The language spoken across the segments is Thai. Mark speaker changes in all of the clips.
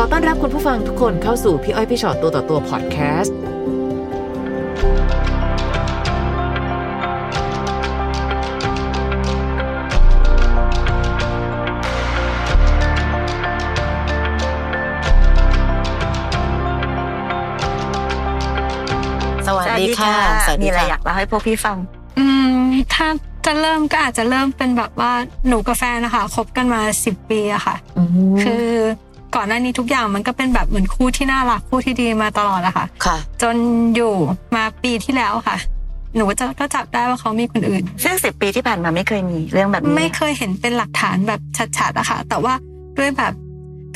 Speaker 1: อต้อนรับคุณผู้ฟังทุกคนเข้าสู่พี่อ้อยพี่ชอตตัวต่อตัวพอดแคสต์ สวัสดีค่ะ
Speaker 2: มีอะไรอยากเล่าให้พวกพี่ฟัง
Speaker 3: อืมถ้าจะเริ่มก็อาจจะเริ่มเป็นแบบว่าหนูกับแฟนนะคะคบกันมาสิบปีอะค่ะ
Speaker 1: อืม
Speaker 3: คือก่อนหน้านี้ทุกอย่างมันก็เป็นแบบเหมือนคู่ที่น่ารักคู่ที่ดีมาตลอดอะค่ะ
Speaker 1: ค่ะ
Speaker 3: จนอยู่มาปีที่แล้วค่ะ หนูจะก็จับได้ว่าเขามีคนอื่น
Speaker 2: ซึ่งสิบปีที่ผ่านมาไม่เคยมีเรื่องแบบนี้
Speaker 3: ไม่เคยเห็นเป็นหลักฐานแบบชัดๆอะค่ะ แต่ว่าด้วยแบบ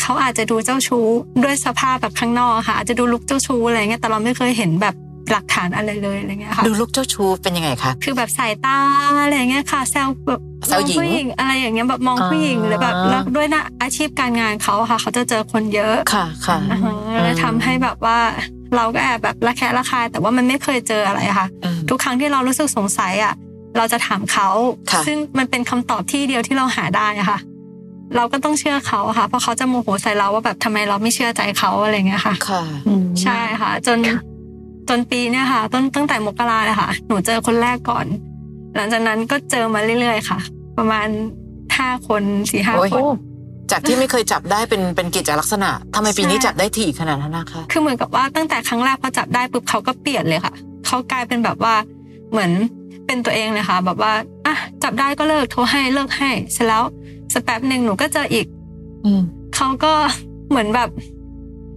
Speaker 3: เขาอาจจะดูเจ้าชู้ด้วยสภาพแบบข้างนอกอะค่ะ อาจจะดูลุกเจ้าชู้อะไรเงี้ยแต่เราไม่เคยเห็นแบบหลักฐานอะไรเลยอะไรเงี้ยค่ะ
Speaker 1: ดูลูกเจ้าชูเป็นยังไงคะ
Speaker 3: คือแบบสายตาอะไรอย่างเงี้ยค่ะแซวแบบ
Speaker 1: แซวหญิง
Speaker 3: มอผู้หญิงอะไรอย่างเงี้ยแบบมองผู้หญิง
Speaker 1: อ่า
Speaker 3: หรือแบบแล้วด้วยหนะอาชีพการงานเขาอะค่ะ เขาจะเจอคนเยอะ
Speaker 1: ค่ะค่ะ
Speaker 3: อ่าฮะเลยทำให้แบบว่า เราก็แอบแบบระแคะระคายแต่ว่ามันไม่เคยเจออะไรอะค่ะ ทุกครั้งที่เรารู้สึกสงสัยอะเราจะถามเขา
Speaker 1: ค่ะ
Speaker 3: ซึ่งมันเป็นคำตอบที่เดียวที่เราหาได้อะค่ะ เราก็ต้องเชื่อเขาอะค่ะเพราะเขาจะโมโหใส่เราว่าแบบทำไมเราไม่เชื่อใจเขาอะไรอย่างเงี้ยค่ะ
Speaker 1: ค่ะ
Speaker 2: อืม
Speaker 3: ใช่ค่ะ จน
Speaker 2: ค่ะ
Speaker 3: จนปีเนี่ยค่ะ ต้นตั้งแต่มกราเลยค่ะ หนูเจอคนแรกก่อน หลังจากนั้นก็เจอมาเรื่อยๆค่ะ ประมาณห้าคนสี่ห้า
Speaker 1: โอ้ย
Speaker 3: คน
Speaker 1: จากที่ไม่เคยจับได้เป็นเป็นกิจลักษณะทำไมปีนี้
Speaker 3: ใช่
Speaker 1: จับได้ถี่ขนาดนั้นนะคะ
Speaker 3: คือเหมือนกับว่าตั้งแต่ครั้งแรกพอจับได้ปุ๊บเขาก็เปลี่ยนเลยค่ะเขากลายเป็นแบบว่าเหมือนเป็นตัวเองเลยค่ะ แบบว่าอ่ะจับได้ก็เลิกโทรให้เลิกให้เสร็จแล้วสักแป๊บหนึ่งหนูก็เจออีก
Speaker 1: อืม
Speaker 3: เขาก็เหมือนแบบ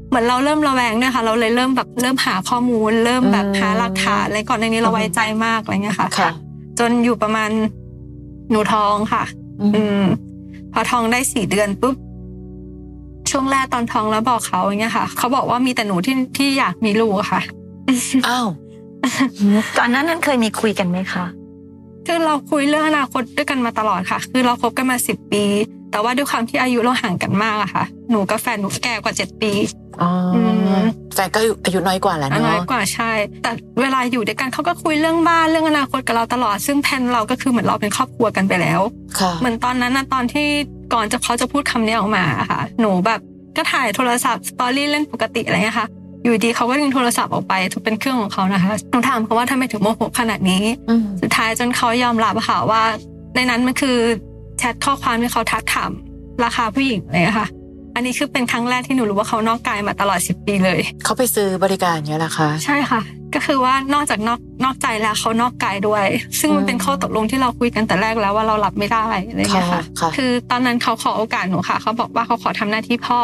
Speaker 3: เหมือนเราเริ่มระแวงเนี่ยค่ะ เราเลยเริ่มแบบเริ่มหาข้อมูล เริ่มแบบ
Speaker 1: อืม
Speaker 3: หาหลักฐานอะไรก่อนในนี้เราไว้ใจมากอะไรเงี้ยค่ะ
Speaker 1: ค่ะ
Speaker 3: จนอยู่ประมาณหนูท้องค่ะ
Speaker 1: อืม
Speaker 3: อืม พอท้องได้สี่เดือนปุ๊บช่วงแรกตอนท้องแล้วบอกเขาอย่างเงี้ยค่ะ เขาบอกว่ามีแต่หนูที่ที่อยากมีลูกอะ ค่ะ
Speaker 1: อ้าว
Speaker 2: ก่อนหนั้นนั้นเคยมีคุยกันไหมคะ
Speaker 3: คือเราคุยเรื่องอนาคตด้วยกันมาตลอดค่ะ คือเราคบกันมาสิบปี แต่ว่าด้วยความที่อายุเราห่างกันมากอะค่ะ หนูกับแฟนหนูแก่กว่าเจ็ดปี
Speaker 1: อ๋ออ
Speaker 3: ม
Speaker 1: แต่ก็อายุอายุน้อยกว่าแหละเน
Speaker 3: น้อย
Speaker 1: อะ
Speaker 3: กว่าใช่ แต่เวลาอยู่ด้วยกันเขาก็คุยเรื่องบ้านเรื่องอนาคตกับเราตลอด ซึ่งแผนเราก็คือเหมือนเราเป็นครอบครัวกันไปแล้ว
Speaker 1: ค่ะ
Speaker 3: เหมือนตอนนั้นนะตอนที่ก่อนจะเขาจะพูดคำนี้ออกมาอะค่ะ หนูแบบก็ถ่ายโทรศัพท์สตอรี่เล่นปกติอะไรเงี้ยค่ะ อยู่ดีเขาก็ดึงโทรศัพท์ออกไปถือเป็นเครื่องของเขานะคะหนูถามเขาว่าทำไมถึงโมโหขนาดนี้
Speaker 1: อืม
Speaker 3: สุดท้ายจนเขายอมรับอะค่ะว่า ในนั้นมันคือแชทข้อความที่เขาทักถามราคาผู้หญิงเลยอะค่ะ อันนี้คือเป็นครั้งแรกที่หนูรู้ว่าเขานอกกายมาตลอด10ปีเลย
Speaker 1: เขาไปซื้อบริการเนี้ยแหละคะ
Speaker 3: ใช่ค่ะ ก็คือว่านอกจากนอกนอกใจแล้วเขานอกกายด้วย ซึ่งมั
Speaker 1: อื
Speaker 3: น
Speaker 1: ม
Speaker 3: เป็นข้อตกลงที่เราคุยกันแต่แรกแล้วว่าเรารับไม่ได้อะไรอย่างเงี้ย
Speaker 1: ค่ะ
Speaker 3: ค่ะ
Speaker 1: ค่ะ
Speaker 3: คือตอนนั้นเขาขอโอกาสหนูค่ะ เขาบอกว่าเขาขอทำหน้าที่พ่อ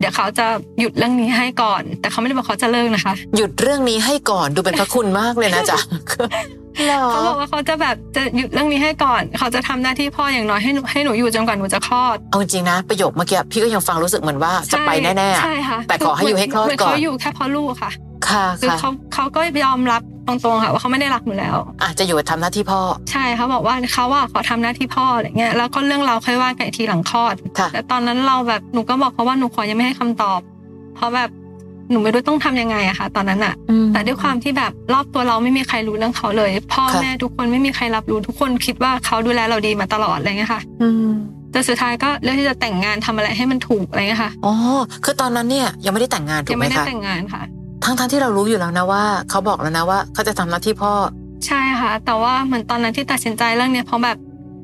Speaker 3: เดี๋ยวเขาจะหยุดเรื่องนี้ให้ก่อน แต่เขาไม่ได้บอกเขาจะเลิกนะคะ
Speaker 1: หยุดเรื่องนี้ให้ก่อนดูเป็นพระคุณมากเลยนะจ๊ะ เหรอ
Speaker 3: เขาบอกว่าเขาจะแบบจะหยุดเรื่องนี้ให้ก่อน เขาจะทำหน้าที่พ่ออย่างน้อยให้หนูให้หนูอยู่จนกว่าหนูจะคลอด
Speaker 1: เอาจริงนะ ประโยคเมื่อกี้พี่ก็ยังฟังรู้สึกเหมือนว่าจะไปแน่ๆอะ
Speaker 3: ใช่ค่ะ
Speaker 1: แต่ขอให้อยู่ให้คลอด
Speaker 3: เมืน
Speaker 1: ก่อน
Speaker 3: เขาอยู่แค่เพราะลูกค่ะ
Speaker 1: ค่ะ
Speaker 3: คือ
Speaker 1: ค่ะ
Speaker 3: เขาเขาก็ยอมรับตรงๆค่ะว่าเขาไม่ได้รักหนูแล้ว
Speaker 1: อาจจะอยู่ทำหน้าที่พ่อ
Speaker 3: ใช่เขาบอกว่าเขาว่าขอทำหน้าที่พ่ออะไรเงี้ยแล้วก็เรื่องเราค่อยว่ากันอีกทีหลังคลอด
Speaker 1: ค่ะ
Speaker 3: แต่ตอนนั้นเราแบบหนูก็บอกเขาว่าหนูขอยังไม่ให้คำตอบ เพราะแบบหนูไม่รู้ต้องทำยังไงอะค่ะ ตอนนั้นอะแต่ด้วยความที่แบบรอบตัวเราไม่มีใครรู้เรื่องเขาเลย พ่อ
Speaker 1: ค่ะ
Speaker 3: แม่ทุกคนไม่มีใครรับรู้ทุกคนคิดว่าเขาดูแลเราดีมาตลอดอะไรเงี้ยค่ะ
Speaker 1: อืม
Speaker 3: แต่สุดท้ายก็เลือกที่จะแต่งงานทำอะไรให้มันถูกอะไรเงี้ยค่ะ
Speaker 1: อ๋อคือตอนนั้นเนี่ยยังไม่ได้แต่งงานถู
Speaker 3: ยั
Speaker 1: ก
Speaker 3: ง
Speaker 1: ไหม
Speaker 3: ไม่ได้
Speaker 1: คะ
Speaker 3: แต่งงานค่ะ
Speaker 1: ทั้งทั้งๆที่เรารู้อยู่แล้วนะว่า เขาบอกแล้วนะว่าเขาจะทำหน้าที่พ่อ
Speaker 3: ใช่ค่ะ แต่ว่าเหมือนตอนนั้นที่ตัดสินใจเรื่องเนี้ยเพราะแบบ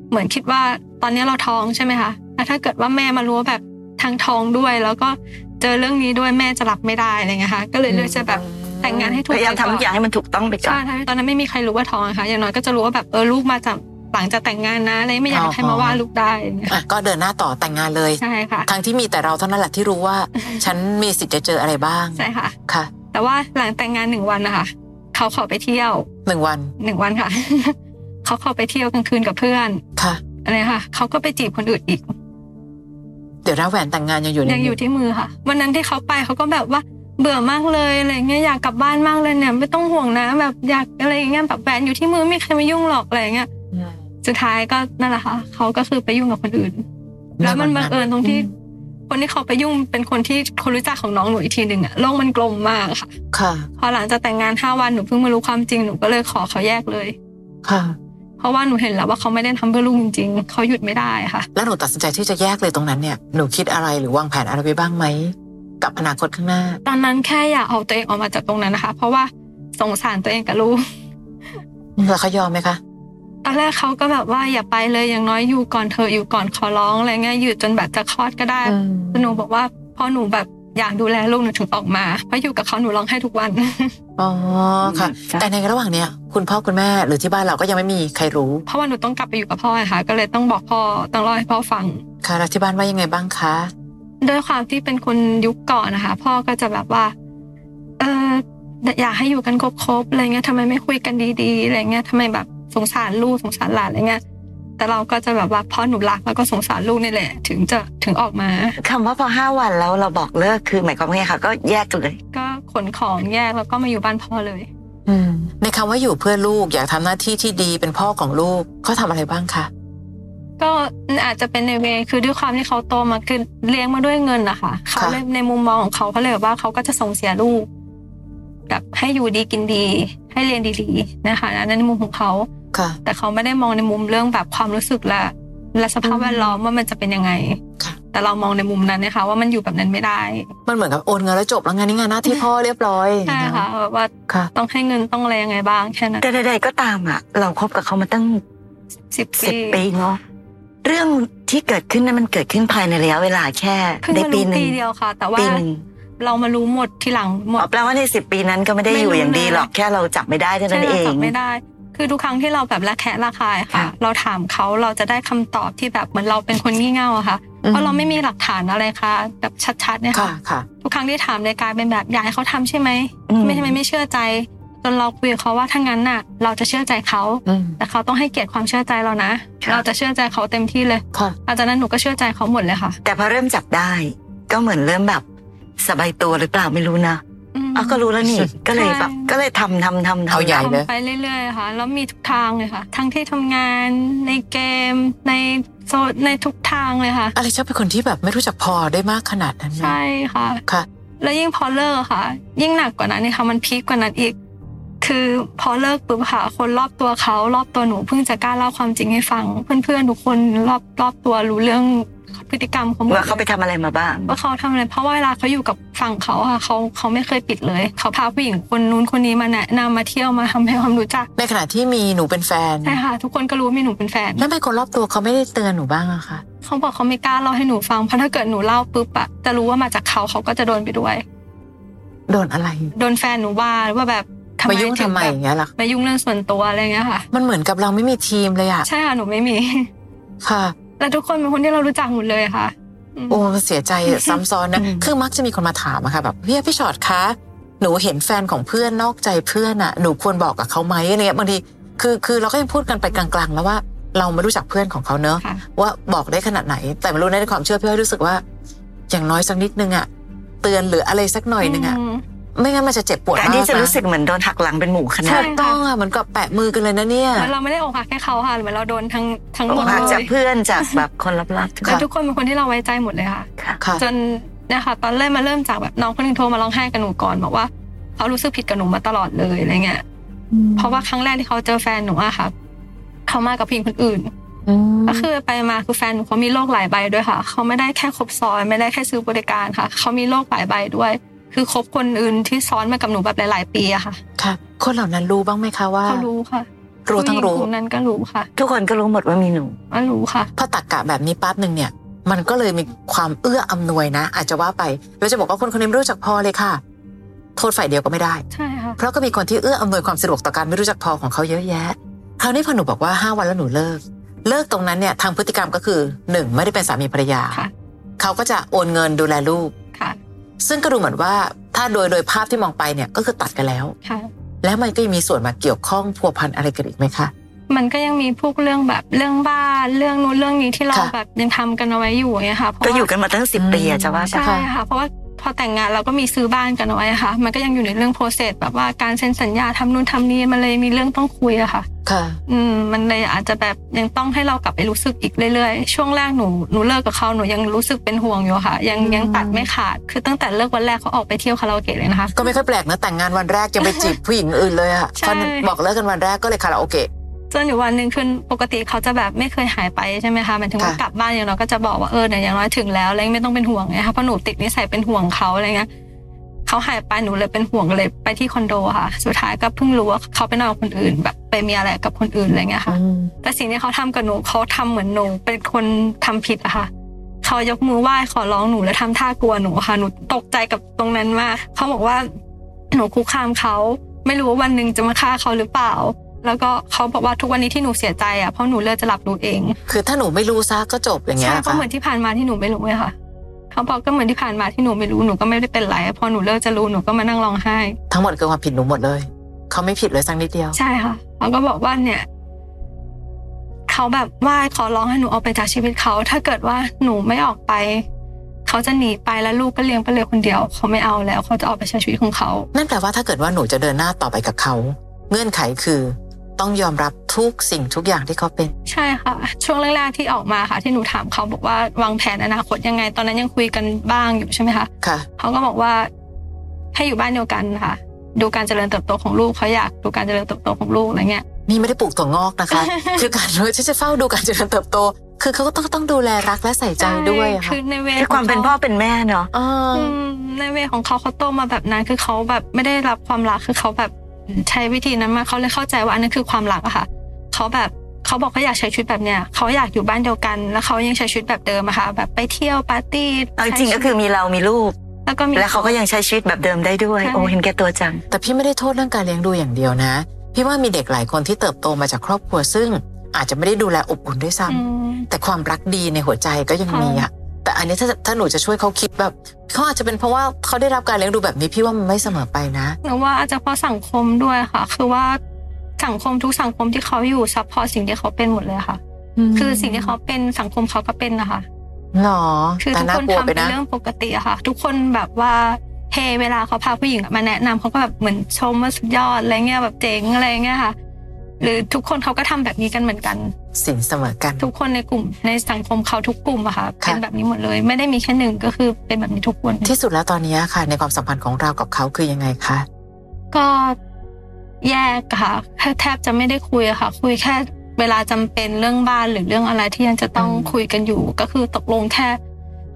Speaker 3: เหมือนคิดว่าตอนเนี้ยเราท้องใช่ไหมคะแล้วถ้าเกิดว่าแม่มารู้ว่าแบบทางท้องด้วย แล้วก็เจอเรื่องนี้ด้วยแม่จะรับไม่ได้อะไรเงี้ยค่ะ ก็เลยเลือกจะแบบแต่งงานให้ถูก
Speaker 2: พยายามทำทุกอย่างให้มันถูกต้องไปก่อ
Speaker 3: ใช่
Speaker 2: น
Speaker 3: ค่ะตอนนั้นไม่มีใครรู้ว่าท้องอะค่ะ อย่างน้อยก็จะรู้ว่าแบบเออลูกมาจากหลังจากแต่งงานนะอะไรไม่อยากให้ใครมาว่าลูกได้อะไรเงี้ย
Speaker 1: อ่ะก็เดินหน้าต่อแต่งงานเลย
Speaker 3: ใช่ค่ะ
Speaker 1: ทั้งที่มีแต่เราเท่านั้นแหละที่รู้ว่า ฉันมีสิทธิ์จะเจออะไรบ้าง
Speaker 3: ใช่ค่ะ
Speaker 1: ค่ะ
Speaker 3: แต่ว่าหลังแต่งงานหนึ่งวันนะคะเขาขอไปเที่ยว
Speaker 1: หนึ่งวัน
Speaker 3: หนึ่งวันค่ะ เขาขอไปเที่ยวกลางคืนกับเพื่อน
Speaker 1: ค่ะ
Speaker 3: อะไรค่ะเขาก็ไปจีบคนอื่นอีก
Speaker 1: เดี๋ยวนะแหวนแต่งงานยังอยู่ใน
Speaker 3: ยังอยู่ที่มือค่ะ วันนั้นที่เขาไปเขาก็แบบว่าเบื่อมากเลยอะไรเงี้ยอยากกลับบ้านมากเลยเนี่ยไม่ต้องห่วงนะ แบบอยากอะไรอย่างเงี้ยแบบแหวนอยู่ที่มือไม่มีใครมายุ่งหรอกอะไรเงี้ย
Speaker 1: อืม
Speaker 3: สุดท้ายก็นั่นแหละค่ะเขาก็คือไปยุ่งกับคนอื่น
Speaker 1: ในวันนั้น
Speaker 3: แล้วมันบังเอิญตรงที่ คนที่เขาไปยุ่งเป็นคนที่คนรู้จักของน้องหนูอีกทีหนึ่งอะโลกมันกลมมากค่ะ
Speaker 1: ค่ะ
Speaker 3: พอหลังจากแต่งงานห้าวันหนูเพิ่งมารู้ความจริงหนูก็เลยขอเขาแยกเลย
Speaker 1: ค่ะ
Speaker 3: เพราะว่าหนูเห็นแล้วว่าเขาไม่ได้ทำเพื่อลูกจริงๆเขาหยุดไม่ได้ค่ะ
Speaker 1: แล้วหนูตัดสินใจที่จะแยกเลยตรงนั้นเนี่ย หนูคิดอะไรหรือวางแผนอะไรไปบ้างไหม กับอนาคตข้างหน้า
Speaker 3: ตอนนั้นแค่อยากเอาตัวเองออกมาจากตรงนั้นนะคะ เพราะว่าสงสารตัวเองกับ ลูก
Speaker 1: แล้วเขายอมไหมคะ
Speaker 3: ตอนแรกเขาก็แบบว่าอย่าไปเลยอย่างน้อยอยู่ก่อนเธอะอยู่ก่อนขอร้องอะไรเงี้ยอยู่จนแบบจะคลอดก็ได้
Speaker 1: อืม
Speaker 3: แล้วหนูบอกว่าพ่อหนูแบบอยากดูแลลูกหนูถึงออกมาเพราะอยู่กับเขาหนูร้องไห้ทุกวัน
Speaker 1: อ๋อค่ะ
Speaker 2: จ้ะ
Speaker 1: แต่ในระหว่างเนี้ยคุณพ่อคุณแม่หรือที่บ้านเราก็ยังไม่มีใครรู้
Speaker 3: เพราะว่าหนูต้องกลับไปอยู่กับพ่อไงค่ะก็เลยต้องบอกพ่อต้องเล่าให้พ่อฟัง
Speaker 1: ค่ะแล้วที่บ้านว่ายังไงบ้างคะ
Speaker 3: ด้วยความที่เป็นคนยุคก่อนนะคะ พ่อก็จะแบบว่า เอออยากให้อยู่กันครบๆอะไรเงี้ยทำไมไม่คุยกันดีๆอะไรเงี้ยทำไมแบบสงสารลูกสงสารหลานอะไรเงี้ยแต่เราก็จะแบบว่าพ่อหนูรักแล้วก็สงสารลูกนี่แหละ ถึงจะถึงออกมา
Speaker 2: คำว่าพอห้าวันแล้วเราบอกเลิกคือหมายความว่าไงคะก็แยกกันเลย
Speaker 3: ก็ขนของแยกแล้วก็มาอยู่บ้านพ่อเลย
Speaker 1: ในคำว่าอยู่เพื่อลูกอยากทำหน้าที่ที่ดีเป็นพ่อของลูกเขาทำอะไรบ้างคะ
Speaker 3: ก็อาจจะเป็นในเวคือด้วยความที่เขาโตมาคือเลี้ยงมาด้วยเงินนะคะเขาเลยในมุมมองของเขาเขาเลยแบบว่าเขาก็จะส่งเสียลูกแบบให้อยู่ดีกินดี ให้เรียนดีๆนะคะอันนั้นในมุมของเขา
Speaker 1: ค่ะ
Speaker 3: แต่เขาไม่ได้มองในมุมเรื่องแบบความรู้สึกและและสภาพแวดล้อมว่ามันจะเป็นยังไง
Speaker 1: ค่ะ
Speaker 3: แต่เรามองในมุมนั้นนะคะ ว่ามันอยู่แบบนั้นไม่ได้
Speaker 1: มันเหมือนกับโอนเงินแล้วจบแล้วงานนี้งานหน้าที่พ่อเรียบร้อย
Speaker 3: ใช่ค่ะแบบว่า
Speaker 1: ค่ะ
Speaker 3: ต้องให้เงินต้องอะไรยังไงบ้างแค่นั้น
Speaker 2: แต่ใดๆก็ตามอ่ะ เราคบกับเขามาตั้ง
Speaker 3: สิบ
Speaker 2: สิบ
Speaker 3: ปี
Speaker 2: ปีเนาะเรื่องที่เกิดขึ้นนั้นมันเกิดขึ้นภายในระยะเวลาแค่
Speaker 3: เพิ่ง
Speaker 2: ได้
Speaker 3: มา
Speaker 2: ปี
Speaker 3: รู้
Speaker 2: หนึ่
Speaker 3: ปี
Speaker 2: ง
Speaker 3: เดียวค่ะ แต่ว่า
Speaker 2: ปีหนึ่ง
Speaker 3: เรามารู้หมดทีหลังหม
Speaker 2: อ๋อ
Speaker 3: ด
Speaker 2: แปลว่าในสิบปีนั้นก็ไม่ได้
Speaker 3: ไม่
Speaker 2: อยู่
Speaker 3: รู้
Speaker 2: อย่างดี
Speaker 3: นะ
Speaker 2: หรอกแค่เราจับไม่ได้เท่านั้นเอ
Speaker 3: ใช่
Speaker 2: ง
Speaker 3: ราตบไม่ได้ คือทุกครั้งที่เราแบบระแคะระคายค่ะ
Speaker 2: ค่ะ
Speaker 3: เราถามเขาเราจะได้คำตอบที่แบบเหมือนเราเป็นคนงี่เง่าอะค่ะ
Speaker 1: อืม
Speaker 3: เพราะเราไม่มีหลักฐานอะไรค่ะแบบชัดๆเนี่ย
Speaker 1: ค่ะ
Speaker 3: ค่ะ
Speaker 1: ค่ะ
Speaker 3: ทุกครั้งที่ถามเลยกลายเป็นแบบอยากให้เขาทำใช่ไหม
Speaker 2: อืม
Speaker 3: ไม่ทำไมไม่เชื่อใจ จนเราคุยกับเขาว่าถ้างั้นน่ะ เราจะเชื่อใจเขา
Speaker 1: อืม
Speaker 3: แต่เขาต้องให้เกียรติความเชื่อใจเรานะ เราจะเชื่อใจเขาเต็มที่เลย
Speaker 1: ค่ะ
Speaker 3: หลังจากนั้นหนูก็เชื่อใจเขาหมดเลยค่ะ
Speaker 2: แต่พอเริ่มจับได้ ก็เหมือนเริ่มแบบสบายตัวหรือเปล่าไม่รู้นะ
Speaker 3: อืม
Speaker 2: อ๋อก็รู้แล้วนี่ ก็เลยแบบ
Speaker 3: ใช่
Speaker 2: ก็เลยทำทำทำทำ
Speaker 1: เอาใหญ่ไป
Speaker 2: ท
Speaker 1: เลย
Speaker 3: ทำไปเรื่อยๆค่ะ แล้วมีทุกทางเลยค่ะ ทั้งที่ทำงานในเกม ในโซในทุกทางเลยค่ะ
Speaker 1: อะไรชอบเป็นคนที่แบบไม่รู้จักพอได้มากขนาดนั้นนะ
Speaker 3: ใช่ค่ะ
Speaker 1: ค่ะ
Speaker 3: แล้วยิ่งพอเลิกอะค่ะ ยิ่งหนักกว่านั้นนะคะมันพีคกว่านั้นอีก คือพอเลิกปุ๊บค่ะ คนรอบตัวเขารอบตัวหนูเพิ่งจะกล้าเล่าความจริงให้ฟัง เพื่อนๆทุกคนรอบรอบตัวรู้เรื่องพฤติกรรมของ
Speaker 2: ำว่าเขาไปทำอะไรมาบ้าง
Speaker 3: ว่าเขาทำอะไรเพราะว่าเวลาเขาอยู่กับฝั่งเขาอะค่ะเขาเขาไม่เคยปิดเลย เขาพาผู้หญิงคนนู้นคนนี้มาแนะนำมาเที่ยวมาทำให้ความรู้จัก
Speaker 1: ในขณะที่มีหนูเป็นแฟน
Speaker 3: ใช่ค่ะ ทุกคนก็รู้ว่ามีหนูเป็นแฟน
Speaker 1: แล้วทำไมคนรอบตัวเขาไม่ได้เตือนหนูบ้างอะคะ
Speaker 3: เขาบอกเขาไม่กล้าเล่าให้หนูฟังเพราะถ้าเกิดหนูเล่าปุ๊บอะจะรู้ว่ามาจากเขาเขาก็จะโดนไปด้วย
Speaker 1: โดนอะไร
Speaker 3: โดนแฟนหนูว่าว่าแบบทำไม
Speaker 1: มายุ่ง
Speaker 3: ถึ
Speaker 1: ทำ
Speaker 3: ง
Speaker 1: ไม
Speaker 3: แบ
Speaker 1: อบ ย่างเงี้ยล่ะ
Speaker 3: มายุ่งเรื่องส่วนตัวอะไรเงี้ยค่ะ
Speaker 1: มันเหมือนกับเราไม่มีทีมเลยอะ
Speaker 3: ใช่ค่ะหนูไม่มี
Speaker 1: ค่ะ
Speaker 3: และทุกคนเป็นคนที่เรารู้จักหมดเลยค่ะอืม
Speaker 1: โอ้เสียใจซ้ำซ้อนนะ
Speaker 2: อืม
Speaker 1: คือมักจะมีคนมาถามอะค่ะแบบเฮียพี่ชอตคะหนูเห็นแฟนของเพื่อนนอกใจเพื่อนอะหนูควรบอกกับเขาไหมอะไรเงี้ยบางทีคือคือเราก็ยังพูดกันไปกลางๆ แล้วว่าเราไม่รู้จักเพื่อนของเขาเนอะ
Speaker 3: ค่ะ
Speaker 1: ว่าบอกได้ขนาดไหน แต่ไม่รู้นะในความเชื่อพี่อ้อยรู้สึกว่า อย่างน้อยสักนิดนึงอะเตือนหรืออะไรสักหน่อยนึงอะ
Speaker 3: ม
Speaker 1: ไม่งั้นมันจะเจ็บปวดมา
Speaker 2: แต่อั
Speaker 1: ก
Speaker 2: นนี้จะ
Speaker 1: นะ
Speaker 2: รู้สึกเหมือนโดนหักหลังเป็นหมู่คณะ
Speaker 3: ใช่
Speaker 1: ถูกต้องอะเหมือนกับแปะมือกันเลยนะเนี่ย
Speaker 3: เหมือนเราไม่ได้อกหักแค่เขาค่ะเหมือนเราโดนทั้งทั้งหม
Speaker 2: อ
Speaker 3: ด
Speaker 2: ก
Speaker 3: เล
Speaker 2: หักจาก
Speaker 3: ย
Speaker 2: เพื่อนจากแบบคนรับๆทุก
Speaker 3: และ
Speaker 2: คน
Speaker 3: ทุกคนเป็นคนที่เราไว้ใจหมดเลยค่ะ
Speaker 2: ค่ะ
Speaker 1: ค่ะ
Speaker 3: จนเนะคะตอนแรกมาเริ่มจากแบบน้องคนหนึงโทรมาร้องไห้กับหนูก่อนบอกว่าเขารู้สึกผิดกับหนูมาตลอดเลยอะไรเงี้ยเพราะว่าครั้งแรกที่เขาเจอแฟนหนูอะค่ะเขามากับผู้หญิงคนอื่น
Speaker 1: อืม
Speaker 3: ก็คือไปมาคือแฟนหนูเขามีโรคหลายใบด้วยค่ะ เขาไม่ได้แค่ครบซ้อนไม่ได้แค่ซื้อบริการค่ะ เขามีโรคหลายใบด้วย คือคบคนอื่นที่ซ้อนมากับหนูแบบหลาย ๆ ปีอะค่ะ
Speaker 1: ค่ะ คนเหล่านั้นรู้บ้างไหมคะว่า
Speaker 3: เขารู้ค่ะ
Speaker 1: รู้ทั้งรู้
Speaker 3: ผู้หญิกลุ่มนั้นก็รู้ค่ะ
Speaker 2: ทุกคนก็รู้หมดว่ามีหนู
Speaker 3: ว่ารู้ค่ะ
Speaker 1: พอตักกะแบบนี้ปั๊บหนึ่งเนี่ย มันก็เลยมีความเอื้ออำนวยนะ อาจจะว่าไปแล้วจะบอกว่าคนคนนี้ไม่รู้จักพอเลยค่ะ โทษฝ่ายเดียวก็ไม่ได้
Speaker 3: ใช่ค่ะ
Speaker 1: เพราะก็มีคนที่เอื้ออำนวยความสะดวกต่อการไม่รู้จักพอของเขาเยอะแยะ คราวนี้พอหนูบอกว่าห้าวันแล้วหนูเลิก เลิกตรงนั้นเนี่ยทางพฤติกรรมก็คือหนึ่งไม่ได้เป็นสามีภรรยา
Speaker 3: ค่ะ
Speaker 1: เขาก็จะโอนเงินดูแลลูก
Speaker 3: ค่ะ
Speaker 1: ซึ่งก็ดูเหมือนว่าถ้าโดยโดยภาพที่มองไปเนี่ยก็คือตัดกันแล้ว
Speaker 3: ค่ะ
Speaker 1: แล้วมันก็ยังมีส่วนมาเกี่ยวข้องพัวพันอะไรกันอีกไหมคะ
Speaker 3: มันก็ยังมีพวกเรื่องแบบเรื่องบ้านเรื่องนู้นเรื่องนี้ที่เรา
Speaker 1: ค่ะ
Speaker 3: แบบยังทำกันเอาไว้อยู่ไงค่ะเพราะ
Speaker 2: ก็
Speaker 3: ว่า
Speaker 2: อยู่กันมาตั้งสิบปีอะจะว่าไป
Speaker 3: ใช่ค่ะ เพราะว่าพอแต่งงานเราก็มีซื้อบ้านกันเอาไว้ค่ะ มันก็ยังอยู่ในเรื่องโปรเซสแบบว่าการเซ็นสัญญาทำนู่นทำนี่มันเลยมีเรื่องต้องคุยอะค่ะ
Speaker 1: ค่ะ
Speaker 3: อืมมันเลยอาจจะแบบยังต้องให้เรากลับไปรู้สึกอีกเรื่อยๆ ช่วงแรกหนูหนูเลิกกับเขาหนูยังรู้สึกเป็นห่วงอยู่ค่ะ ยัง
Speaker 1: อืม
Speaker 3: ยังตัดไม่ขาด คือตั้งแต่เลิกวันแรกเขาออกไปเที่ยวคาราโอเกะเลยนะคะ
Speaker 1: ก็ไม่ค่อยแปลกนะแต่งงานวันแรกยังไปจีบผู้หญิงอื่นเลยอะ
Speaker 3: ใช่
Speaker 1: ตอนบอกเลิกกันวันแรกก็เลยคาราโอเกะ
Speaker 3: จนอยู่วันหนึ่งคือปกติเขาจะแบบไม่เคยหายไปใช่ไหมคะหมายถึงว่า
Speaker 1: ค่ะ
Speaker 3: กลับบ้านอย่างเราก็จะบอกว่าเออเนี่ยอย่างน้อยถึงแล้วแล้วไม่ต้องเป็นห่วงนะคะเพราะหนูติดนิสัยเป็นห่วงเขาอะไรเงี้ยเขาหายไปหนูเลยเป็นห่วงเลยไปที่คอนโดค่ะ สุดท้ายก็เพิ่งรู้ว่าเขาไปนอนกับคนอื่น แบบไปมีอะไรกับคนอื่นอะไรเงี้ยค่ะ แต่สิ่งที่เขาทำกับหนูเขาทำเหมือนหนูเป็นคนทำผิดอะค่ะ เขายกมือไหว้ขอร้องหนูแล้วทำท่ากลัวหนูค่ะหนูตกใจกับตรงนั้นมากเขาบอกว่าหนูคุกคามเขาไม่รู้ว่าวันหนึ่งจะมาฆ่าเขาหรือเปล่า แล้วก็เขาบอกว่าทุกวันนี้ที่หนูเสียใจอะเพราะหนูเลือกจะรับรู้เอง
Speaker 1: คือถ้าหนูไม่รู้ซะก็จบอย่างเงี้ย
Speaker 3: ใช่
Speaker 1: เหรอ
Speaker 3: ก็
Speaker 1: ค่ะ
Speaker 3: เหมือนที่ผ่านมาที่หนูไม่รู้เลยค่ะเขาบอกก็เหมือนที่ผ่านมาที่หนูไม่รู้หนูก็ไม่ได้เป็นไรพอหนูเลิกจะรู้หนูก็มานั่งร้องไห้
Speaker 1: ทั้งหมดคือความผิดหนูหมดเลย เขาไม่ผิดเลยสักนิดเดียว
Speaker 3: ใช่ค่ะเขาก็บอกว่าเนี่ย เขาแบบว่าขอร้องให้หนูออกไปจากชีวิตเขา ถ้าเกิดว่าหนูไม่ออกไป เขาจะหนีไปแล้วลูกก็เลี้ยงไปเลยคนเดียว เขาไม่เอาแล้วเขาจะออกไปใช้ชีวิตของเขา
Speaker 1: นั่นแปลว่าถ้าเกิดว่าหนูจะเดินหน้าต่อไปกับเขา เงื่อนไขคือ ต้องยอมรับทุกสิ่งทุกอย่างที่เขาเป็น
Speaker 3: ใช่ค่ะ ช่วงแรกๆที่ออกมาค่ะ ที่หนูถามเขาบอกว่าวางแผนอนาคตยังไง ตอนนั้นยังคุยกันบ้างอยู่ใช่ไหมคะ
Speaker 1: ค่ะ
Speaker 3: เขาก็บอกว่าให้อยู่บ้านเดียวกันค่ะ ดูการเจริญเติบโตของลูกเขาอยากดูการเจริญเติบโตของลูกอะไรเงี้ย
Speaker 1: นี่ไม่ได้ปลูกถั่วงอกนะคะ คือการรู้ที่จะเฝ้าดูการเจริญเติบโต คือเขาก็ต้องต้องดูแลรักและใส่ใจด้วยอะ
Speaker 3: ใช่
Speaker 1: ค่ะ
Speaker 3: คือในเว
Speaker 2: ด้วยความ
Speaker 3: ขงข
Speaker 2: เป็นพ่อเป็นแม่เนาะ
Speaker 1: อ่า
Speaker 3: อืมในเวของเขาเขาโตมาแบบนั้นคือเขาแบบไม่ได้รับความรักคือเขาแบบใช้วิธีนั้นมาเขาเลยเข้าใจว่าอันนั้นคือความรักอะค่ะเขาแบบเขาบอกเขาอยากใช้ชีวิตแบบเนี้ยเขาอยากอยู่บ้านเดียวกัน แล้วเขายังใช้ชีวิตแบบเดิมอะค่ะ แบบไปเที่ยวปาร์ตี้
Speaker 2: เอาจริงๆก็คือมีเรามีลูก
Speaker 3: แล้วก็มี
Speaker 2: และเขาก็ยังใช้ชีวิตแบบเดิมได้ด้วย
Speaker 3: ใช่
Speaker 2: โอ้เห็นแก่ตัวจัง
Speaker 1: แต่พี่ไม่ได้โทษเรื่องการเลี้ยงดูอย่างเดียวนะ พี่ว่ามีเด็กหลายคนที่เติบโตมาจากครอบครัวซึ่ง อาจจะไม่ได้ดูแลอบอุ่นด้วยซ้ำ
Speaker 3: อืม
Speaker 1: แต่ความรักดีในหัวใจก็ยังมีอะแต่อันนี้ถ้าถ้าหนูจะช่วยเขาคิดแบบเขาอาจจะเป็นเพราะว่าเขาได้รับการเลี้ยงดูแบบนี้พี่ว่ามันไม่เสมอไปนะ
Speaker 3: หนูว่าอาจจะเพราะสังคมด้วยค่ะ คือว่าสังคมทุกสังคมที่เขาอยู่ซัพพอร์ตสิ่งที่เขาเป็นหมดเลยค่ะ คือสิ่งที่เขาเป็นสังคมเขาก็เป็นนะคะ
Speaker 1: หรอ
Speaker 3: คือ
Speaker 1: แต่
Speaker 3: ทุก
Speaker 1: น่าก
Speaker 3: คน
Speaker 1: ลัว
Speaker 3: ทำ
Speaker 1: ไป
Speaker 3: เป็น
Speaker 1: นะ
Speaker 3: เรื่องปกติอะค่ะ ทุกคนแบบว่าเฮเวลาเขาพาผู้หญิงมาแนะนำเขาก็แบบเหมือนชมว่าสุดยอดอะไรเงี้ยแบบเจ๋งอะไรเงี้ยค่ะ หรือทุกคนเขาก็ทำแบบนี้กันเหมือนกัน
Speaker 1: สินเสมอกัน
Speaker 3: ทุกคนในกลุ่มในสังคมเขาทุกกลุ่มอะค่ะ
Speaker 1: ค่ะ
Speaker 3: เป็นแบบนี้หมดเลย ไม่ได้มีแค่หนึ่งก็คือเป็นแบบนี้ทุกคน
Speaker 1: ที่สุดแล้วตอนนี้ค่ะ ในความสัมพันธ์ของเรากับเขาคือยังไงคะ
Speaker 3: ก็แยกอะค่ะแทบแทบจะไม่ได้คุยอะค่ะ คุยแค่เวลาจำเป็นเรื่องบ้านหรือเรื่องอะไรที่ยังจะต้องคุยกันอยู่ ก็คือตกลงแค่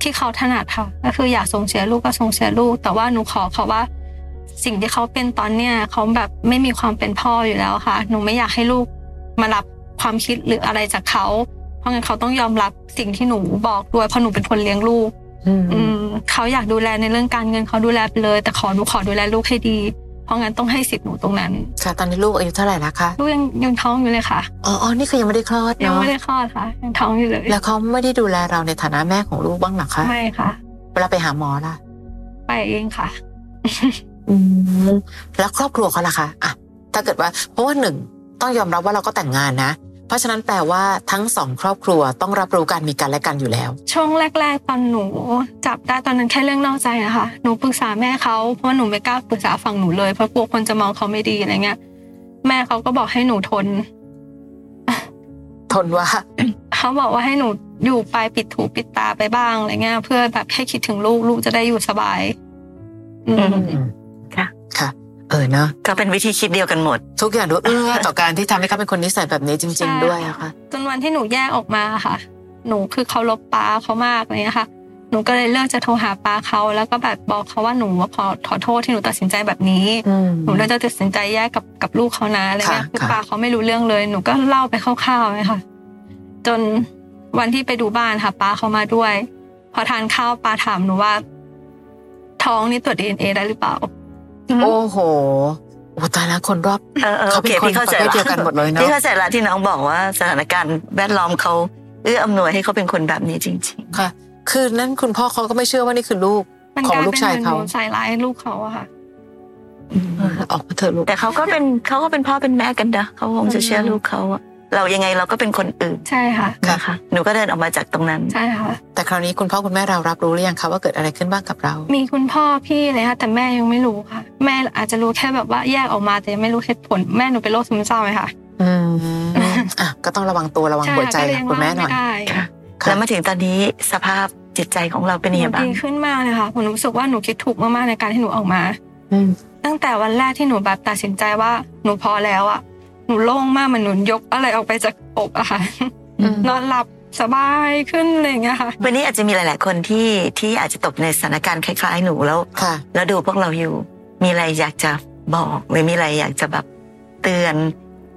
Speaker 3: ที่เขาถนัดค่ะ ก็คืออยากส่งเสียลูกก็ส่งเสียลูก แต่ว่าหนูขอเขาว่า สิ่งที่เขาเป็นตอนเนี้ยเขาแบบไม่มีความเป็นพ่ออยู่แล้วค่ะ หนูไม่อยากให้ลูกมารับความคิดหรืออะไรจากเขา เพราะงั้นเขาต้องยอมรับสิ่งที่หนูบอกด้วยเพราะหนูเป็นคนเลี้ยงลูก
Speaker 1: อืม
Speaker 3: อืมเขาอยากดูแลในเรื่องการเงินเขาดูแลไปเลย แต่ขอหนูขอดูแลลูกให้ดี เพราะงั้นต้องให้สิทธิ์หนูตรงนั้น
Speaker 1: ค่ะ ตอนนี้ลูกอายุเท่าไหร่แล้วคะ
Speaker 3: ลูกยังยังท้องอยู่เลยค่ะ
Speaker 1: อ๋ออ๋อนี่คือยังไม่ได้คลอด
Speaker 3: ยัง
Speaker 1: เนาะ
Speaker 3: ไม่ได้คลอดค่ะ ยังท้องอยู่เลย
Speaker 1: แล้วเขาไม่ได้ดูแลเราในฐานะแม่ของลูกบ้างเหรอคะ
Speaker 3: ไม่ค่ะ
Speaker 1: เวลาไปหาหมอล่ะ
Speaker 3: ไปเองค่ะ
Speaker 1: อืมแล้วครอบครัวเขาล่ะคะอ่ะถ้าเกิดว่าเพราะว่าหนึ่งต้องยอมรับว่าเราก็แต่งงานนะ เพราะฉะนั้นแปลว่าทั้งสองครอบครัวต้องรับรู้การมีกันและกันอยู่แล้ว
Speaker 3: ช่วงแรก ๆ ตอนหนูจับได้ตอนนั้นแค่เรื่องนอกใจนะคะหนูปรึกษาแม่เขาเพราะว่าหนูไม่กล้าปรึกษาฝั่งหนูเลยเพราะกลัวคนจะมองเขาไม่ดีอะไรเงี้ยแม่เขาก็บอกให้หนูทน
Speaker 1: ทนว่า
Speaker 3: เขาบอกว่าให้หนูอยู่ไปปิดหูปิดตาไปบ้างอะไรเงี้ยเพื่อแบบให้คิดถึงลูกลูกจะได้อยู่สบาย อืม
Speaker 1: อืม
Speaker 2: ค่ะ
Speaker 1: ค่ะ เออเนาะ
Speaker 2: ก็เป็นวิธีคิดเดียวกันหมด
Speaker 1: ทุกอย่างดูเอื้อ ต่อการที่ทำให้เขาเป็นคนนิสัยแบบนี้จริง ๆ ด้วยอะค่ะ
Speaker 3: จนวันที่หนูแยกออกมาค่ะ หนูคือเคารพป้าเขามากอะไรเลยค่ะ หนูก็เลยเลือกจะโทรหาป้าเขาแล้วก็แบบบอกเขาว่าหนูว่าขอขอโทษที่หนูตัดสินใจแบบนี้
Speaker 1: อืม
Speaker 3: หนูเลยจะตัดสินใจแยกกับกับลูกเขานะอะไรเงี้ย
Speaker 1: ค่ะ
Speaker 3: คือ
Speaker 1: ค่ะ
Speaker 3: ป้าเขาไม่รู้เรื่องเลย หนูก็เล่าไปคร่าวๆเลยค่ะ จนวันที่ไปดูบ้านค่ะป้าเขามาด้วย พอทานข้าวป้าถามหนูว่า ท้องนี่ตรวจดีเอ็นเอได้หรือเปล่า
Speaker 1: โอ้โหโอ้ตายแล้วคนรอบ
Speaker 2: เออเออโอ
Speaker 1: เขาเป็
Speaker 2: เค
Speaker 1: คน
Speaker 2: นพี่เข้าใจ
Speaker 1: ประเภทเดียวกันหมดเลยเนอะ
Speaker 2: พี่เข้าใจละที่น้องบอกว่าสถานการณ์แวดล้อมเขาเอื้ออำนวยให้เขาเป็นคนแบบนี้จริง
Speaker 1: ค่ะ คือนั่นคุณพ่อเขาก็ไม่เชื่อว่านี่คือลูก
Speaker 3: มัน
Speaker 1: ของ
Speaker 3: กลาย
Speaker 1: ลูก
Speaker 3: เป็นเห
Speaker 1: ชาย
Speaker 3: มือนห
Speaker 1: เขา
Speaker 3: นูใส่ร้ายลูกเขาอะค่ะ
Speaker 1: เออออกมาเถอะลูก
Speaker 2: ๆ แต่เขาก็เป็นเขาก็เป็นพ่อเป็นแม่กันนะเขาคงจะเชื่อลูกเขาอะเรายังไงเราก็เป็นคนอื่น
Speaker 3: ใช่ค่ะ
Speaker 1: ค่ะ
Speaker 2: นะคะหนูก็เดินออกมาจากตรงนั้น
Speaker 3: ใช่ค่ะ
Speaker 1: แต่คราวนี้คุณพ่อคุณแม่เรารับรู้หรือยังคะว่าเกิดอะไรขึ้นบ้างกับเรา
Speaker 3: มีคุณพ่อพี่อะไรค่ะแต่แม่ยังไม่รู้ค่ะ แม่อาจจะรู้แค่แบบว่าแยกออกมาแต่ยังไม่รู้เหตุผลแม่หนูเป็นโรคซึมเศร้าไหมคะ
Speaker 1: อืมอ่ะก็ต้องระวังตัวระวังหัวใจ
Speaker 3: ก็เลย
Speaker 1: ค่ะ
Speaker 3: ยัง
Speaker 1: คุณแม่ห
Speaker 3: เล่า
Speaker 1: น่อย
Speaker 3: ไม่ได้
Speaker 2: ค่ะ
Speaker 1: ค่ะ
Speaker 2: แล้วมาถึงตอนนี้สภาพจิตใจของเราเป็นยัง
Speaker 3: ห
Speaker 2: ไง
Speaker 3: นู
Speaker 2: บ้าง
Speaker 3: ดีขึ้นมากเลยค่ะหนูรู้สึกว่าหนูคิดถูกมากๆในการที่หนูออกมา
Speaker 1: อืม
Speaker 3: ตั้งแต่วันแรกที่หนูแบบตัดสินใจว่าหนูพอแล้วอะหนู นูโล่งมากเหมันหนูยกอะไรออกไปจากอกอะค่ะ
Speaker 1: อืม
Speaker 3: นอนหลับสบายขึ้นอะไรอย่างเงี้ยค่ะ
Speaker 2: วันนี้อาจจะมีหลาย ๆ คนที่ที่อาจจะตกในสถานการณ์คล้าย ๆ หนูแล้ว
Speaker 1: ค่ะ
Speaker 2: แล้วดูพวกเราอยู่ มีอะไรอยากจะบอกหรือมีอะไรอยากจะแบบเตือน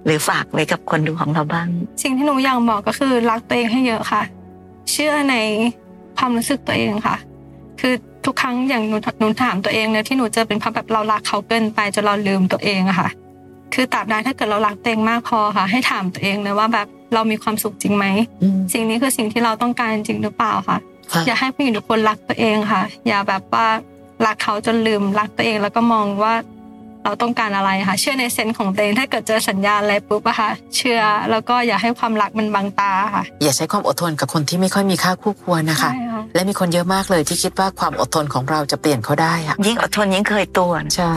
Speaker 2: หรือฝากไว้กับคนดูของเราบ้าง
Speaker 3: สิ่งที่หนูอยากบอกก็คือรักตัวเองให้เยอะค่ะ เชื่อในความรู้สึกตัวเองค่ะ คือทุกครั้งอย่างหนูหนูถามตัวเองเนี่ยที่หนูเจอเป็นเพราะแบบเรารักเขาเกินไปจนเราลืมตัวเองอะค่ะ คือตราบใดถ้าเกิดเรารักตัวเองมากพอค่ะ ให้ถามตัวเองเลยว่าแบบเรามีความสุขจริงไหม
Speaker 1: อืม
Speaker 3: สิ่งนี้คือสิ่งที่เราต้องการจริงหรือเปล่าค่ะ
Speaker 1: ค่ะ
Speaker 3: อยากให้ผู้หญิงทุกคนรักตัวเองค่ะ อย่าแบบว่ารักเขาจนลืมรักตัวเองแล้วก็มองว่าเราต้องการอะไรค่ะ เชื่อในเซนส์ของตัวเองถ้าเกิดเจอสัญญาณอะไรปุ๊บอะค่ะ เชื่อแล้วก็อย่าให้ความรักมันบังตาค่ะ
Speaker 1: อย่าใช้ความอดทนกับคนที่ไม่ค่อยมีค่าคู่ควรนะคะ
Speaker 3: ใช่ค่ะ
Speaker 1: และมีคนเยอะมากเลยที่คิดว่าความอดทนของเราจะเปลี่ยนเขาได้อะ
Speaker 2: ยิ่งอดทนยิ่งเคยตัวนะ
Speaker 1: ใช่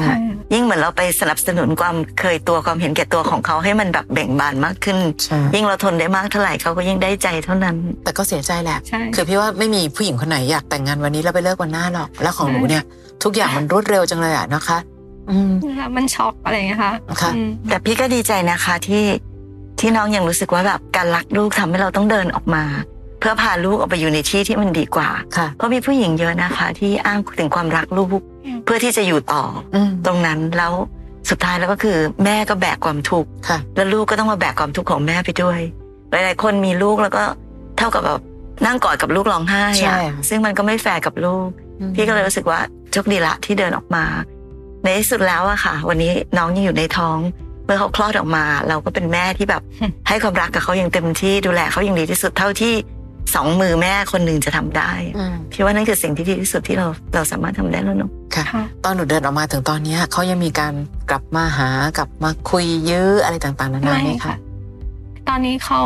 Speaker 2: ยิ่งเหมือนเราไปสนับสนุนความเคยตัวความเห็นแก่ตัวของเขาให้มันแบบเบ่งบานมากขึ้น
Speaker 1: ใช่
Speaker 2: ยิ่งเราทนได้มากเท่าไหร่เขาก็ยิ่งได้ใจเท่านั้น
Speaker 1: แต่ก็เสียใจแหละ
Speaker 3: ใช่
Speaker 1: คือพี่ว่าไม่มีผู้หญิงคนไหนอยากแต่งงานวันนี้แล้วไปเลิกวันหน้าหรอก แล้วของหนูเนี่ย ทุกอย่างมันรวดเร็วจังเลยอะนะคะ อืม
Speaker 3: แล้วมันช็อกอะไรอย่างเงี้ยค่ะ
Speaker 1: ค่ะ
Speaker 3: อืม
Speaker 2: แต่พี่ก็ดีใจนะคะที่ที่น้องยังรู้สึกว่าแบบการรักลูกทำให้เราต้องเดินออกมา เพื่อพาลูกออกไปอยู่ในที่ที่มันดีกว่า
Speaker 1: ค่ะ
Speaker 2: เพราะมีผู้หญิงเยอะนะคะ ที่อ้างถึงความรักลูก เพื่อที่จะอยู่ต่อ
Speaker 1: อืม
Speaker 2: ตรงนั้นแล้วสุดท้ายแล้วก็คือ แม่ก็แบกความทุกข์
Speaker 1: ค่ะ
Speaker 2: แล้วลูกก็ต้องมาแบกความทุกข์ของแม่ไปด้วย หลายๆคนมีลูกแล้วก็เท่ากับแบบนั่งกอดกับลูกร้องไห้
Speaker 1: ใช่
Speaker 2: อะ
Speaker 1: ค่ะ
Speaker 2: ซึ่งมันก็ไม่แฟร์กับลูก
Speaker 1: อืม
Speaker 2: พี่ก็เลยรู้สึกว่าโชคดีละที่เดินออกมา ในที่สุดแล้วอะค่ะ วันนี้น้องยังอยู่ในท้อง เมื่อเขาคลอดออกมา เราก็เป็นแม่ที่แบบ ให้ความรักกับเขาอย่างเต็มที่ดูแลเขาอย่างดีที่สุดเท่าที่สองมือแม่คนหนึ่งจะทำได้
Speaker 1: อืม
Speaker 2: พี่ว่านั่นคือสิ่งที่ดีที่สุดที่เราเราสามารถทำได้แล้วเนอะ
Speaker 3: ค่ะ
Speaker 1: ตอนหนูเดินออกมาถึงตอนเนี้ยเขายังมีการกลับมาหากลับมาคุยยื้ออะไรต่างๆนานาไหมคะ
Speaker 3: ตอนนี้เขา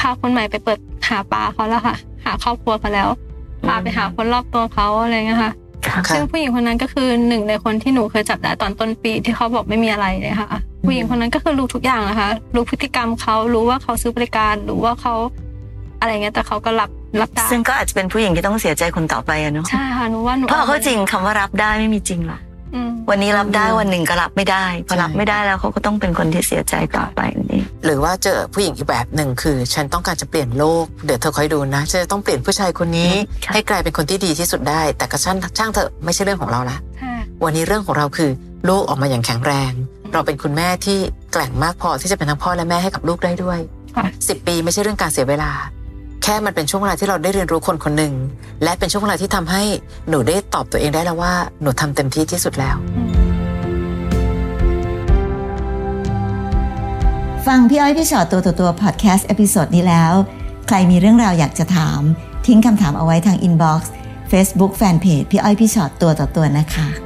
Speaker 3: พาคนใหม่ไปเปิดหาปลาเขาแล้วค่ะ หาครอบครัวเขาแล้ว พาไปหาคนรอบตัวเขาอะไรเงี้ยค่ะ
Speaker 1: ค่ะ
Speaker 3: ซึ่งผู้หญิงคนนั้นก็คือหนึ่งในคนที่หนูเคยจับได้ตอนต้นปีที่เขาบอกไม่มีอะไรเลยค่ะ ผู้หญิงคนนั้นก็คือรู้ทุกอย่างนะคะรู้พฤติกรรมเขารู้ว่าเขาซื้อบริการรู้ว่าเขาอะไรเงี้ยแต่เขาก็รับรับได้
Speaker 2: ซึ่งก็อาจจะเป็นผู้หญิงที่ต้องเสียใจคนต่อไปอะเนาะ
Speaker 3: ใช่ค่ะหนูว่าหนู
Speaker 2: เพราะเอาเขาจริงคำว่ารับได้ไม่มีจริงหรอก
Speaker 3: อืม
Speaker 2: วันนี้รับได้วันหนึ่งก็รับไม่ได้พอรับไม่ได้แล้วเขาก็ต้องเป็นคนที่เสียใจต่อไปนี่
Speaker 1: หรือว่าเจอผู้หญิงอีกแบบหนึ่งคือ ฉันต้องการจะเปลี่ยนโลกเดี๋ยวเธอคอยดูนะฉันจะต้องเปลี่ยนผู้ชายคนนี้ ให้กลายเป็นคนที่ดีที่สุดได้ แต่ก็ช่างช่างเถอะไม่ใช่เรื่องของเราละ
Speaker 3: ใช่
Speaker 1: วันนี้เรื่องของเราคือลูกออกมาอย่างแข็งแรง เราเป็นคุณแม่ที่แกร่งมากพอที่จะเป็นทั้งพ่อและแม่ให้กับลูกได้ด้วย
Speaker 3: ค่ะ
Speaker 1: สิบปีไม่ใช่เรื่องการเสียเวลา แค่มันเป็นช่วงเวลาที่เราได้เรียนรู้คนคนหนึ่ง และเป็นช่วงเวลาที่ทำให้หนูได้ตอบตัวเองได้แล้วว่าหนูทำเต็มที่ที่สุดแล้ว
Speaker 3: อืม
Speaker 4: ฟังพี่อ้อยพี่ชอตตัวต่อตัวพอดแคสต์เอพิโซดนี้แล้ว ใครมีเรื่องราวอยากจะถาม ทิ้งคำถามเอาไว้ทางอินบ็อกซ์เฟซบุ๊กแฟนเพจพี่อ้อยพี่ชอตตัวต่อตัวนะคะ